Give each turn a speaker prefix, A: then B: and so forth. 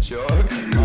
A: joke.